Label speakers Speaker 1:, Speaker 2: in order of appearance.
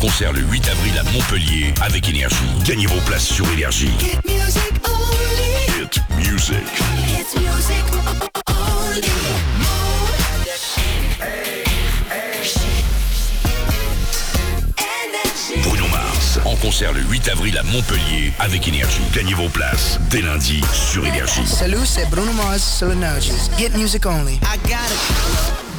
Speaker 1: concert le 8 avril à Montpellier avec Énergie. Gagnez vos places sur Énergie.
Speaker 2: Hit music only.
Speaker 1: Hit music.
Speaker 2: Hit music only. Energy.
Speaker 1: Bruno Mars en concert le 8 avril à Montpellier avec Énergie. Gagnez vos places dès lundi sur Énergie.
Speaker 3: Salut, c'est Bruno Mars, Solar Energies. Hit music only.
Speaker 4: I got it.